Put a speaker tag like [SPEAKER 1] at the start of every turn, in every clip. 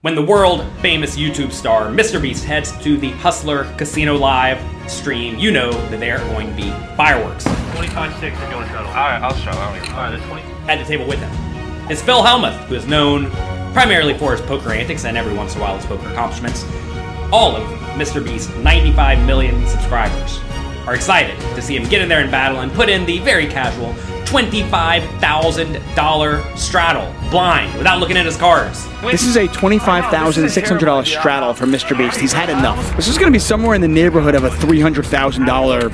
[SPEAKER 1] when the world famous YouTube star MrBeast heads to the Hustler Casino Live stream, you know that there are going to be fireworks
[SPEAKER 2] 25 6 if you want to shuttle.
[SPEAKER 3] All right, I'll show. I don't give a
[SPEAKER 2] Alright, that's 20.
[SPEAKER 1] at the table with him. Is Phil Helmuth, who is known primarily for his poker antics and every once in a while his poker accomplishments. All of MrBeast's 95 million subscribers are excited to see him get in there and battle and put in the very casual $25,000 straddle blind without looking at his cards.
[SPEAKER 4] This is a $25,600 straddle for Mr. Beast. He's had enough. This is going to be somewhere in the neighborhood of a $300,000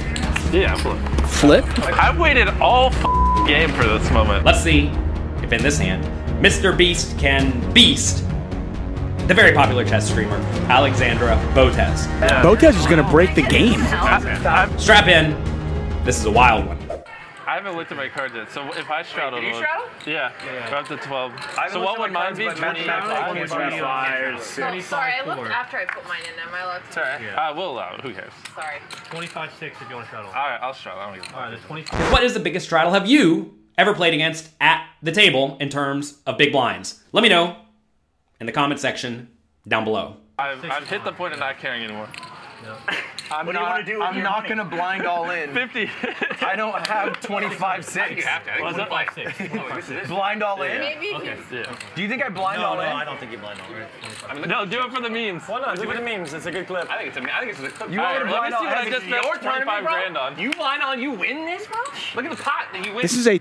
[SPEAKER 2] Yeah, absolutely.
[SPEAKER 4] flip.
[SPEAKER 3] I've waited all f- game for this moment.
[SPEAKER 1] Let's see if in this hand, Mr. Beast can beast the very popular chess streamer, Alexandra Botes.
[SPEAKER 4] Botes is going to break the game.
[SPEAKER 3] I, I've,
[SPEAKER 1] Strap in. This is a wild one.
[SPEAKER 3] I haven't looked at my cards yet, so if I straddle,
[SPEAKER 5] did you
[SPEAKER 3] it would-
[SPEAKER 5] straddle?
[SPEAKER 3] Yeah, I'm up to 12. So what would mine be? 25?
[SPEAKER 5] Oh, sorry, I looked after I put mine in. Am I allowed to?
[SPEAKER 3] All right, I will allow it. Who cares?
[SPEAKER 5] Sorry.
[SPEAKER 2] 25 6 if you want to shuttle.
[SPEAKER 3] All right, I'll straddle. I don't give a
[SPEAKER 2] Alright, that's 25.
[SPEAKER 1] What is the biggest straddle have you ever played against at the table in terms of big blinds? Let me know in the comment section down below.
[SPEAKER 3] I've, I've hit the point of not caring anymore.
[SPEAKER 6] I'm
[SPEAKER 2] do you
[SPEAKER 6] not,
[SPEAKER 2] wanna do with
[SPEAKER 6] I'm
[SPEAKER 2] your
[SPEAKER 6] not
[SPEAKER 2] money?
[SPEAKER 6] gonna blind all in.
[SPEAKER 3] 50.
[SPEAKER 6] I don't have 25 six.
[SPEAKER 2] Well, it's 25 6. 25 6.
[SPEAKER 6] Blind all in?
[SPEAKER 5] Maybe if you
[SPEAKER 3] yeah.
[SPEAKER 6] Do you think I blind
[SPEAKER 2] No,
[SPEAKER 6] all
[SPEAKER 2] no,
[SPEAKER 6] in?
[SPEAKER 2] I don't think you blind all right.
[SPEAKER 3] No, do it for the memes. Why not?
[SPEAKER 7] Look at the memes. It's a good clip.
[SPEAKER 8] I think it's a, I think it's a clip.
[SPEAKER 6] You want me to
[SPEAKER 3] Let me
[SPEAKER 6] blind all
[SPEAKER 3] see what I
[SPEAKER 6] in?
[SPEAKER 3] just spent 25 grand on.
[SPEAKER 8] You line on, you win this much? Look at the pot that you win.
[SPEAKER 4] This is a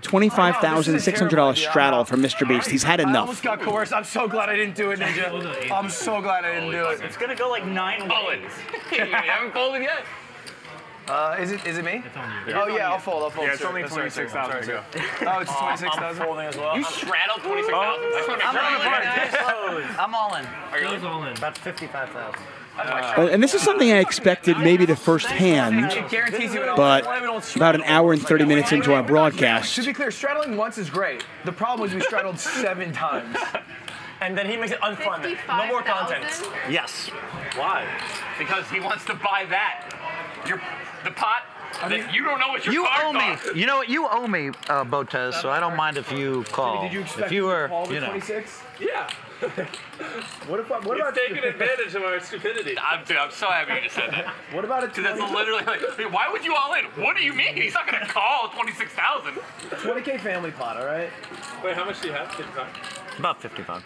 [SPEAKER 4] $25,600 straddle for Mr. Beast. He's had
[SPEAKER 6] I
[SPEAKER 4] enough.
[SPEAKER 6] almost got coerced. I'm so glad I didn't do it, Ninja. I'm so glad I didn't do it.
[SPEAKER 7] It's gonna go like nine
[SPEAKER 8] Folded.
[SPEAKER 7] ways.
[SPEAKER 8] you haven't folded yet.
[SPEAKER 6] Uh, is it is it me? Oh yeah, I'll fold. I'll fold. Yeah, it's only 26,000. Oh, it's 26,000.
[SPEAKER 7] Folding as well.
[SPEAKER 8] You straddled 26,000. I just want to make sure. you win.
[SPEAKER 7] I'm all in.
[SPEAKER 8] Are you-
[SPEAKER 2] Goes all in.
[SPEAKER 7] About 55,000.
[SPEAKER 4] Uh, And this is something I expected maybe the first hand,
[SPEAKER 6] It guarantees you an all-
[SPEAKER 4] but
[SPEAKER 6] Why we don't
[SPEAKER 4] about an
[SPEAKER 6] straddle?
[SPEAKER 4] hour and 30 minutes into our broadcast,
[SPEAKER 6] To be clear, straddling once is great. The problem is we straddled seven times.
[SPEAKER 7] And then he makes it unfun. No more content.
[SPEAKER 5] 55,000?
[SPEAKER 7] Yes. Why?
[SPEAKER 8] Because he wants to buy that. Your, the pot that you don't know what your
[SPEAKER 9] You
[SPEAKER 8] cards
[SPEAKER 9] owe me.
[SPEAKER 8] are.
[SPEAKER 9] You know what? You owe me, uh, Botes. So I don't mind if you
[SPEAKER 4] Oh,
[SPEAKER 9] call.
[SPEAKER 6] Did you expect
[SPEAKER 9] if you
[SPEAKER 6] me to
[SPEAKER 9] were,
[SPEAKER 6] call with
[SPEAKER 9] you know.
[SPEAKER 6] 26?
[SPEAKER 3] Yeah.
[SPEAKER 6] What about what
[SPEAKER 3] He's
[SPEAKER 6] about
[SPEAKER 3] taking advantage of our stupidity.
[SPEAKER 8] I'm, dude, I'm so happy you said that.
[SPEAKER 6] what about a
[SPEAKER 8] Dude, that's
[SPEAKER 6] 20
[SPEAKER 8] literally like, dude, why would you all in? What do you mean? He's not gonna call 26,000.
[SPEAKER 6] 20k family pot? All right.
[SPEAKER 3] Wait, how much do you have? 55?
[SPEAKER 7] About 55.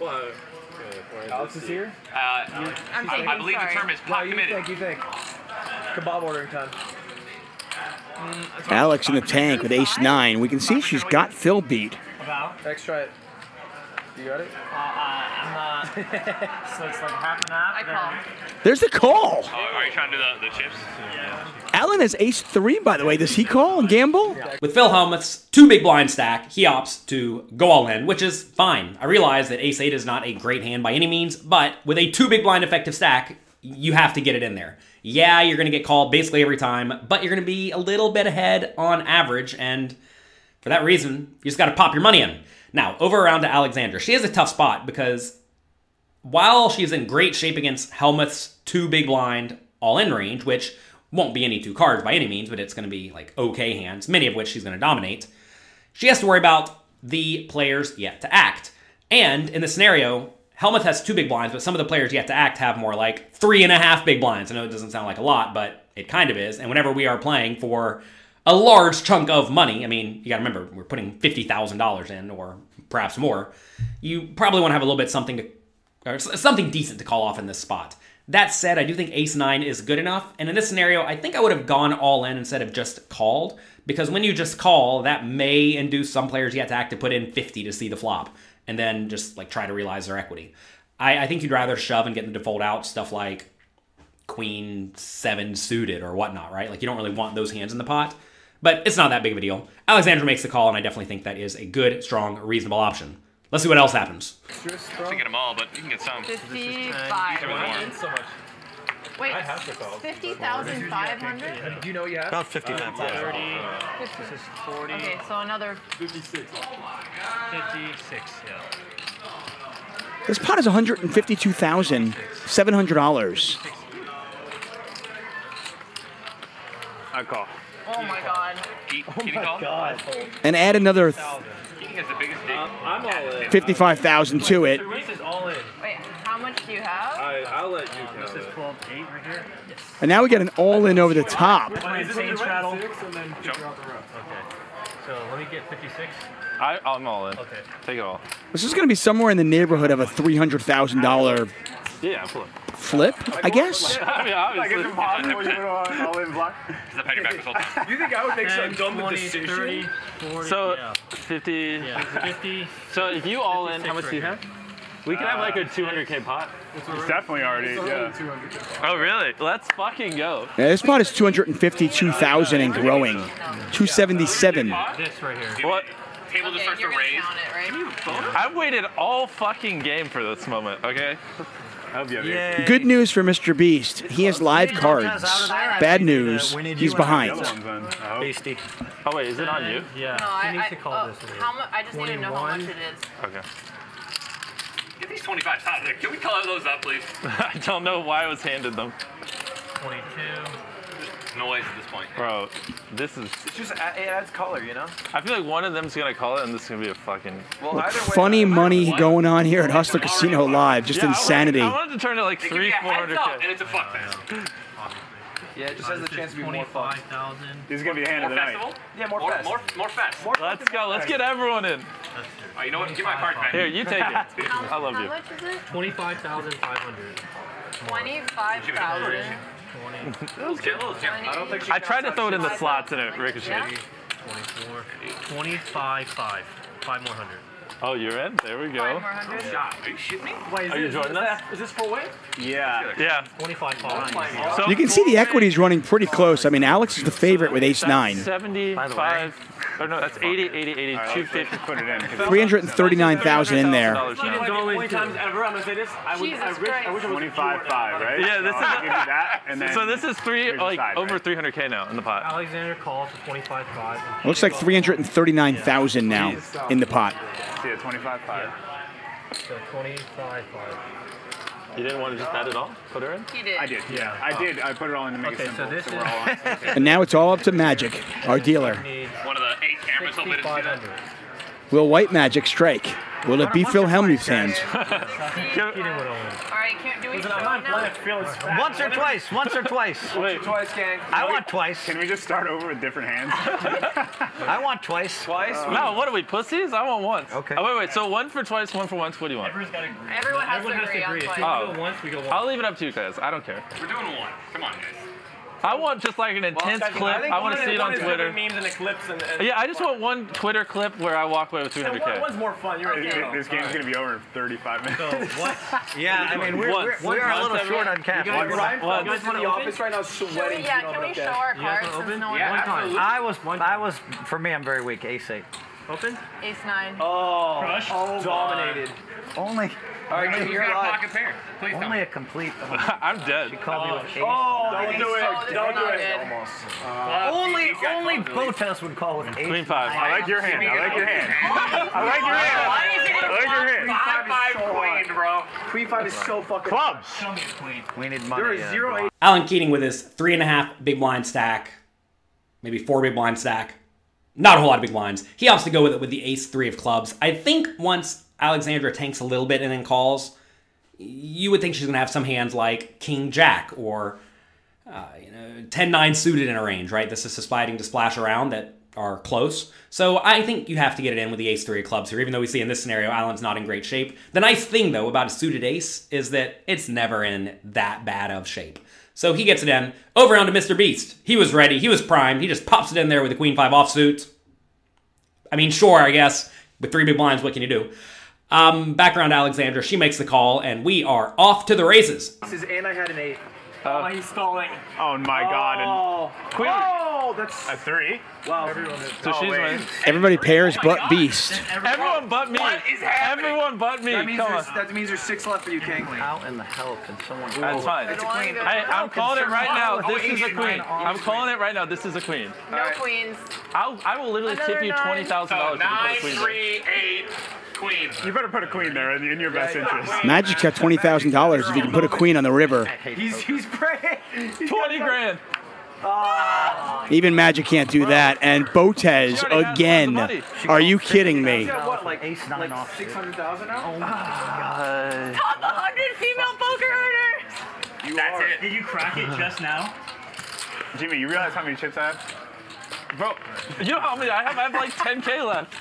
[SPEAKER 3] Well, uh,
[SPEAKER 6] Alex is here.
[SPEAKER 8] Uh, I,
[SPEAKER 5] I'm thinking,
[SPEAKER 8] I believe
[SPEAKER 5] sorry.
[SPEAKER 8] the term is
[SPEAKER 6] No,
[SPEAKER 8] pot
[SPEAKER 6] you
[SPEAKER 8] committed.
[SPEAKER 6] think you think. Kebab ordering time.
[SPEAKER 4] Alex in the tank with ace nine. We can see she's got Phil beat.
[SPEAKER 7] About?
[SPEAKER 6] X, try it. You got it.
[SPEAKER 7] Uh, uh, I'm, uh, so it's like half and half.
[SPEAKER 5] I
[SPEAKER 7] then-
[SPEAKER 5] call.
[SPEAKER 4] There's the call.
[SPEAKER 8] Oh, are you trying to do the, the chips?
[SPEAKER 4] Alan has ace three, by the way. Does he call and gamble?
[SPEAKER 1] With Phil Helmuth's two big blind stack, he opts to go all in, which is fine. I realize that ace 8 is not a great hand by any means, but with a two big blind effective stack, you have to get it in there. Yeah, you're going to get called basically every time, but you're going to be a little bit ahead on average, and for that reason, you just got to pop your money in. Now, over around to Alexandra. She is a tough spot because while she's in great shape against Helmuth's two big blind all in range, which won't be any two cards by any means, but it's going to be like okay hands, many of which she's going to dominate, she has to worry about the players yet to act. And in the scenario, Helmuth has two big blinds, but some of the players yet to act have more like three and a half big blinds. I know it doesn't sound like a lot, but it kind of is. And whenever we are playing for a large chunk of money, I mean, you got to remember, we're putting $50,000 in or perhaps more, you probably want to have a little bit something to or s- something decent to call off in this spot. That said, I do think ace nine is good enough, and in this scenario, I think I would have gone all in instead of just called, because when you just call, that may induce some players yet to act to put in 50 to see the flop, and then just like try to realize their equity. I, I think you'd rather shove and get them to fold out stuff like queen seven suited or whatnot, right? Like you don't really want those hands in the pot, but it's not that big of a deal. Alexandra makes the call, and I definitely think that is a good, strong, reasonable option. Let's see what else happens.
[SPEAKER 8] You can get them all, but you can get some.
[SPEAKER 5] 55.
[SPEAKER 3] so much.
[SPEAKER 5] Wait,
[SPEAKER 3] have to call.
[SPEAKER 5] 50,500?
[SPEAKER 6] Do you know what you have?
[SPEAKER 9] About 55,000.
[SPEAKER 5] Okay, so another.
[SPEAKER 2] 56, yeah.
[SPEAKER 4] This pot is $152,700.
[SPEAKER 5] Oh my god. oh
[SPEAKER 8] Can, can you call?
[SPEAKER 2] Oh
[SPEAKER 4] And add another
[SPEAKER 8] has the biggest dick.
[SPEAKER 7] Um, I'm all in.
[SPEAKER 4] 55,000 to it.
[SPEAKER 2] So race is all in.
[SPEAKER 5] Wait, how much do you have?
[SPEAKER 7] I, I'll let you count
[SPEAKER 2] This is
[SPEAKER 7] it.
[SPEAKER 2] 12 8 right here.
[SPEAKER 4] And now we get an all in over the top.
[SPEAKER 2] Wait, is this straddle? Okay.
[SPEAKER 7] Jump.
[SPEAKER 2] So let me get 56.
[SPEAKER 3] I, I'm all in.
[SPEAKER 2] Okay.
[SPEAKER 3] Take it all.
[SPEAKER 4] This is going to be somewhere in the neighborhood of a $300,000
[SPEAKER 3] Yeah, I'm full.
[SPEAKER 4] flip, I guess.
[SPEAKER 3] I mean, obviously.
[SPEAKER 8] Is that how your back was all time?
[SPEAKER 6] You think I would make
[SPEAKER 2] 10, 20, 30, 40.
[SPEAKER 3] So
[SPEAKER 2] yeah.
[SPEAKER 3] 50.
[SPEAKER 2] yeah. 50.
[SPEAKER 3] So if you all in, how
[SPEAKER 2] 56
[SPEAKER 3] much do you
[SPEAKER 2] right Uh,
[SPEAKER 3] have? We can have like a 200k pot.
[SPEAKER 10] definitely already. Yeah.
[SPEAKER 3] Oh really? Let's fucking go.
[SPEAKER 4] Yeah, this pot is 252,000 and growing. 277.
[SPEAKER 2] This right here.
[SPEAKER 3] What?
[SPEAKER 8] Table just
[SPEAKER 5] Okay,
[SPEAKER 8] starts to
[SPEAKER 5] you're gonna
[SPEAKER 8] raise.
[SPEAKER 5] count it, right?
[SPEAKER 3] I've waited all fucking game for this moment. Okay.
[SPEAKER 9] Yeah.
[SPEAKER 4] Good news for Mr. Beast. He has live cards. Bad news.
[SPEAKER 9] We need you
[SPEAKER 4] He's
[SPEAKER 9] out of
[SPEAKER 4] behind.
[SPEAKER 9] Beastie.
[SPEAKER 3] Oh wait, is it on you?
[SPEAKER 2] Uh, Yeah.
[SPEAKER 5] No,
[SPEAKER 2] she
[SPEAKER 5] I,
[SPEAKER 2] needs
[SPEAKER 5] I,
[SPEAKER 2] to call
[SPEAKER 5] oh,
[SPEAKER 2] this. Right
[SPEAKER 5] how mu- I just need to know how much it is.
[SPEAKER 2] 21.
[SPEAKER 3] Okay.
[SPEAKER 8] Get these 25 top. Can we color those up, please?
[SPEAKER 3] I don't know why I was handed them,
[SPEAKER 2] 22.
[SPEAKER 8] Noise at this point.
[SPEAKER 3] bro. This is.
[SPEAKER 6] It's just it adds color, you know.
[SPEAKER 3] I feel like one of them's gonna call it, and this is gonna be a fucking.
[SPEAKER 6] Well, either way,
[SPEAKER 4] Funny
[SPEAKER 6] I-
[SPEAKER 4] money going on here at Hustler Casino Live. Just
[SPEAKER 3] Yeah, I wanted-
[SPEAKER 4] insanity.
[SPEAKER 3] I wanted, to turn it like
[SPEAKER 8] They give me
[SPEAKER 3] three,
[SPEAKER 8] a
[SPEAKER 3] four
[SPEAKER 8] heads
[SPEAKER 3] hundred
[SPEAKER 8] up, and
[SPEAKER 3] k.
[SPEAKER 8] it's a fuck fest.
[SPEAKER 6] Yeah, it just has the chance to be more fun.
[SPEAKER 2] 25,000.
[SPEAKER 10] This is gonna be the hand of the
[SPEAKER 8] More
[SPEAKER 10] night.
[SPEAKER 8] festival?
[SPEAKER 6] Yeah, more
[SPEAKER 8] More,
[SPEAKER 6] fest.
[SPEAKER 8] more, more fest.
[SPEAKER 6] More
[SPEAKER 3] Let's
[SPEAKER 6] fucking
[SPEAKER 3] go. Let's
[SPEAKER 6] fun.
[SPEAKER 3] get everyone in.
[SPEAKER 8] Oh, you know what? Give my card back.
[SPEAKER 3] Here, you take it.
[SPEAKER 5] How,
[SPEAKER 3] I love
[SPEAKER 5] how
[SPEAKER 3] you.
[SPEAKER 5] much is it?
[SPEAKER 2] 25,500.
[SPEAKER 5] 25,000.
[SPEAKER 8] I don't think
[SPEAKER 3] I tried to throw it in the slots and it ricocheted.
[SPEAKER 5] Yeah.
[SPEAKER 2] 24. 25, 5. 5 more hundred.
[SPEAKER 3] Oh, you're in. There we go.
[SPEAKER 5] 500.
[SPEAKER 8] shot. Are you shitting me?
[SPEAKER 3] Are you joining us?
[SPEAKER 7] Is this four way?
[SPEAKER 10] Yeah.
[SPEAKER 2] 25, 5.
[SPEAKER 3] So
[SPEAKER 4] You can see the equity's running pretty close. I mean, Alex is the favorite with ace nine.
[SPEAKER 3] 75. Or Oh, no, that's 80, 80, 80,
[SPEAKER 10] All right, let's- let's
[SPEAKER 3] 250.
[SPEAKER 10] just put it in. 'cause
[SPEAKER 4] 339,000 in there.
[SPEAKER 3] $300,000 now.
[SPEAKER 7] Like the only times ever, I'm gonna say this. I would, I
[SPEAKER 5] Jesus
[SPEAKER 7] wish, I
[SPEAKER 5] Christ.
[SPEAKER 7] wish it was
[SPEAKER 10] 25 5, right?
[SPEAKER 3] Yeah, this
[SPEAKER 10] So
[SPEAKER 3] is-
[SPEAKER 10] I'll give you that, and then
[SPEAKER 3] So this is three,
[SPEAKER 10] Here's the
[SPEAKER 3] like
[SPEAKER 10] side,
[SPEAKER 3] over
[SPEAKER 10] right?
[SPEAKER 3] 300k now in the pot.
[SPEAKER 2] Alexander calls for 25, 5.
[SPEAKER 4] Looks like 339,000 now in the pot.
[SPEAKER 10] yeah, 25 5.
[SPEAKER 2] So 25, 5.
[SPEAKER 3] You didn't want to just bet at all? Put her in?
[SPEAKER 5] He did.
[SPEAKER 10] I did. Yeah.
[SPEAKER 2] Yeah.
[SPEAKER 10] I did. I put it all in to make
[SPEAKER 2] Okay,
[SPEAKER 10] it
[SPEAKER 2] so
[SPEAKER 10] simple.
[SPEAKER 2] this
[SPEAKER 10] we're
[SPEAKER 2] is-
[SPEAKER 10] all on.
[SPEAKER 4] And now it's all up to Magic, our dealer.
[SPEAKER 2] Need
[SPEAKER 8] One of the eight cameras open to see that.
[SPEAKER 2] 6,500.
[SPEAKER 4] Will White Magic strike? Will it be Phil Hellmuth's hands?
[SPEAKER 2] He didn't win all
[SPEAKER 5] All right, can, do we show
[SPEAKER 7] I'm not
[SPEAKER 5] now?
[SPEAKER 7] blood feelings fat.
[SPEAKER 9] Once or twice. Once or twice.
[SPEAKER 3] Wait,
[SPEAKER 6] Twice, gang.
[SPEAKER 9] I want twice.
[SPEAKER 10] Can we just start over with different hands?
[SPEAKER 9] I want twice.
[SPEAKER 6] Twice.
[SPEAKER 3] no, what are we, pussies? I want once.
[SPEAKER 9] Okay.
[SPEAKER 3] Oh, wait, wait, so one for twice, one for once. What do you want?
[SPEAKER 2] Everyone's got to agree.
[SPEAKER 5] Everyone has
[SPEAKER 2] Everyone
[SPEAKER 5] to
[SPEAKER 2] has
[SPEAKER 5] agree
[SPEAKER 2] to
[SPEAKER 5] on
[SPEAKER 2] agree. If
[SPEAKER 5] twice.
[SPEAKER 2] you
[SPEAKER 3] Oh.
[SPEAKER 2] go once, we go once.
[SPEAKER 3] I'll leave it up to you guys. I don't care.
[SPEAKER 8] We're doing one. Come on, guys.
[SPEAKER 3] I want just like an intense
[SPEAKER 6] I think-
[SPEAKER 3] clip.
[SPEAKER 6] I think
[SPEAKER 3] I, want to
[SPEAKER 6] one
[SPEAKER 3] see it
[SPEAKER 6] is-
[SPEAKER 3] on
[SPEAKER 6] one is
[SPEAKER 3] Twitter.
[SPEAKER 7] Memes and eclipse and. and
[SPEAKER 3] Yeah, I just want one Twitter clip where I walk away with
[SPEAKER 7] And one,
[SPEAKER 3] 300k.
[SPEAKER 7] one's more fun. You're
[SPEAKER 10] This-
[SPEAKER 7] right.
[SPEAKER 10] this game's going to be over in 35 minutes.
[SPEAKER 9] Yeah, I mean, we're,
[SPEAKER 3] Once.
[SPEAKER 9] we're, we are a little
[SPEAKER 3] Once,
[SPEAKER 9] short on cash.
[SPEAKER 7] Ryan
[SPEAKER 3] Well,
[SPEAKER 7] Feldman's in the office right now
[SPEAKER 5] Should
[SPEAKER 7] sweating.
[SPEAKER 5] we, yeah, can we show our cards since no one
[SPEAKER 8] Yeah,
[SPEAKER 5] has
[SPEAKER 8] absolutely.
[SPEAKER 9] I was, I was, for me, I'm very weak. Ace eight.
[SPEAKER 2] Open?
[SPEAKER 5] ace nine?
[SPEAKER 7] Oh,
[SPEAKER 2] Crush.
[SPEAKER 7] dominated.
[SPEAKER 9] Only,
[SPEAKER 6] All right, Jimmy,
[SPEAKER 8] Who's
[SPEAKER 6] you're
[SPEAKER 8] got a
[SPEAKER 6] alive.
[SPEAKER 8] pocket pair? Please tell
[SPEAKER 9] only
[SPEAKER 8] me.
[SPEAKER 9] a complete.
[SPEAKER 3] I'm dead.
[SPEAKER 9] Called me with ace.
[SPEAKER 7] Oh, don't do
[SPEAKER 5] Oh, this
[SPEAKER 7] it.
[SPEAKER 5] is
[SPEAKER 7] Don't do
[SPEAKER 5] not
[SPEAKER 7] it.
[SPEAKER 5] good.
[SPEAKER 3] Uh,
[SPEAKER 9] only,
[SPEAKER 8] You've got
[SPEAKER 9] only
[SPEAKER 8] called, really.
[SPEAKER 9] Botas would call with ace.
[SPEAKER 3] Queen five.
[SPEAKER 10] I like your hand. I like your hand. I like your hand.
[SPEAKER 8] Why is it
[SPEAKER 10] I like your hand.
[SPEAKER 8] five five queen, bro?
[SPEAKER 7] Queen five is so fucking.
[SPEAKER 10] Clubs.
[SPEAKER 9] We need money.
[SPEAKER 7] There is
[SPEAKER 9] uh,
[SPEAKER 7] zero eight.
[SPEAKER 1] Alan Keating with his three and a half big blind stack, maybe four big blind stack. Not a whole lot of big blinds. He opts to go with it with the ace three of clubs. I think once Alexandra tanks a little bit and then calls, you would think she's gonna have some hands like King Jack or uh, you know 10 9 suited in a range, right? This is sliding to splash around that are close. So I think you have to get it in with the ace three of clubs here, even though we see in this scenario Allen's not in great shape. The nice thing though about a suited ace is that it's never in that bad of shape. So he gets it in. Over onto Mr. Beast. He was ready. He was primed. He just pops it in there with the queen five offsuit. I mean, sure, I guess. With three big blinds, what can you do? Um, back around to Alexandra. She makes the call, and we are off to the races.
[SPEAKER 7] aces and I had an eight. oh, he's stalling.
[SPEAKER 10] Oh my god.
[SPEAKER 7] Oh,
[SPEAKER 3] Queen.
[SPEAKER 7] oh, that's
[SPEAKER 10] And a three?
[SPEAKER 7] wow.
[SPEAKER 3] So
[SPEAKER 10] Oh,
[SPEAKER 3] she's winning.
[SPEAKER 4] Everybody pairs but Beast.
[SPEAKER 3] Everyone but me.
[SPEAKER 8] What is happening?
[SPEAKER 3] Everyone but me.
[SPEAKER 6] That means,
[SPEAKER 3] Come
[SPEAKER 6] there's,
[SPEAKER 3] on.
[SPEAKER 6] that means there's six left for you, King.
[SPEAKER 9] How in the hell can someone?
[SPEAKER 3] That's fine.
[SPEAKER 5] Don't wanna go-
[SPEAKER 3] I, I'm calling it right now.
[SPEAKER 8] Oh,
[SPEAKER 3] This is a
[SPEAKER 8] Asian
[SPEAKER 3] queen.
[SPEAKER 8] man.
[SPEAKER 3] I'm calling it right now. This is a queen.
[SPEAKER 5] No queens.
[SPEAKER 3] I'll, I will literally tip
[SPEAKER 5] Another
[SPEAKER 3] you
[SPEAKER 5] nine.
[SPEAKER 3] twenty thousand
[SPEAKER 8] So
[SPEAKER 3] dollars if
[SPEAKER 8] Uh, nine
[SPEAKER 3] you put a queen. in.
[SPEAKER 8] three eight queen.
[SPEAKER 10] You better put a queen there in, in your best interest.
[SPEAKER 4] Magic's got $20,000 if you can put a queen on the river.
[SPEAKER 6] He's he's praying.
[SPEAKER 3] Twenty grand.
[SPEAKER 4] Even Magic can't do that. And Botez
[SPEAKER 3] already has
[SPEAKER 4] again.
[SPEAKER 3] tons of money.
[SPEAKER 4] Are you kidding me?
[SPEAKER 6] Yeah, what, like,
[SPEAKER 7] Ace nine
[SPEAKER 6] like
[SPEAKER 7] off.
[SPEAKER 6] 600,000 now?
[SPEAKER 5] Top 100 female poker owners.
[SPEAKER 8] That's it.
[SPEAKER 7] Did you crack it just now?
[SPEAKER 10] Jimmy, you realize how many chips I have?
[SPEAKER 3] Bro, you know how many I have? I have like 10k left.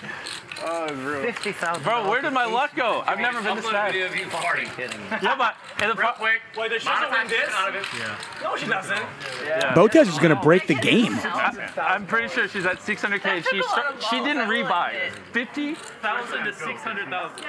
[SPEAKER 10] Oh, it's real.
[SPEAKER 7] Fifty thousand.
[SPEAKER 3] Bro, where did my luck go? I've never been this
[SPEAKER 8] Upload
[SPEAKER 3] bad.
[SPEAKER 8] video of you farting.
[SPEAKER 3] Yeah, but and the
[SPEAKER 8] Real
[SPEAKER 3] pro-
[SPEAKER 8] quick. Wait, this doesn't win this.
[SPEAKER 4] Botez is going to break the game.
[SPEAKER 3] I'm pretty sure she's at 600k. She start, she didn't rebuy. 50?
[SPEAKER 2] Thousand to six hundred thousand.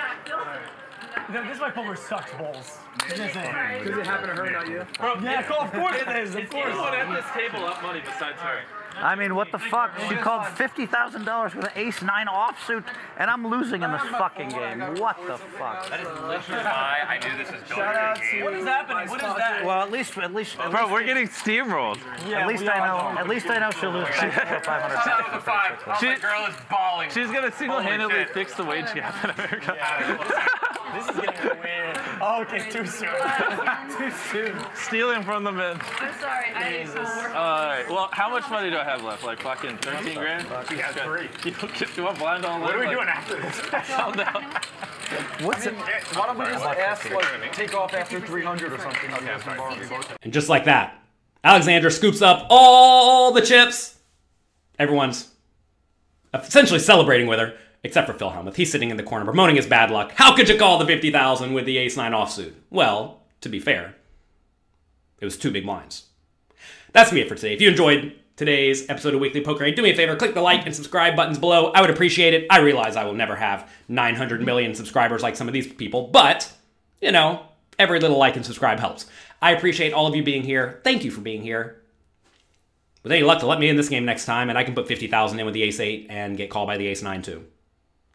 [SPEAKER 7] No, this is why poker sucks balls.
[SPEAKER 6] Does it happen to her, not you?
[SPEAKER 7] Yeah, of course it is. Of course.
[SPEAKER 2] Everyone at this table up money besides her.
[SPEAKER 9] I mean, what the fuck? She called fifty thousand dollars with an ace nine offsuit, and I'm losing in this fucking game. What the fuck?
[SPEAKER 8] That is literally why I knew this was going
[SPEAKER 6] Shout out
[SPEAKER 8] to be a
[SPEAKER 6] to
[SPEAKER 8] game.
[SPEAKER 6] What is happening? What is that?
[SPEAKER 9] Well, at least, at least, at
[SPEAKER 3] Bro,
[SPEAKER 9] least,
[SPEAKER 3] we're getting steamrolled.
[SPEAKER 9] at least I know. At least I know she'll lose five hundred
[SPEAKER 8] Shout out to
[SPEAKER 9] thousand.
[SPEAKER 8] five. Oh, my
[SPEAKER 3] She-
[SPEAKER 8] girl is bawling.
[SPEAKER 3] She's gonna single-handedly
[SPEAKER 8] Holy shit.
[SPEAKER 3] fix the wage gap in America.
[SPEAKER 7] This is getting weird. Oh, okay, too soon. too soon.
[SPEAKER 3] Stealing from the men.
[SPEAKER 5] I'm sorry. I didn't know.
[SPEAKER 3] Alright, well, how much money do I have left? Like fucking 13 grand?
[SPEAKER 10] We have three.
[SPEAKER 3] You don't get to a blind all
[SPEAKER 10] What are we
[SPEAKER 3] like,
[SPEAKER 10] doing after this?
[SPEAKER 3] Oh, no.
[SPEAKER 6] What's it? Why don't we just ask, like, take off after 300 or something? Okay, that's
[SPEAKER 1] And just like that, Alexander scoops up all the chips. Everyone's essentially celebrating with her, except for Phil Hellmuth. He's sitting in the corner bemoaning his bad luck. How could you call the 50,000 with the ace nine offsuit? Well, to be fair, it was two big blinds. That's me for today. If you enjoyed today's episode of Weekly Poker, Aid, do me a favor, click the like and subscribe buttons below. I would appreciate it. I realize I will never have 900 million subscribers like some of these people, but you know, every little like and subscribe helps. I appreciate all of you being here. Thank you for being here. With any luck, to let me in this game next time, and I can put 50,000 in with the ace 8 and get called by the ace 9 too.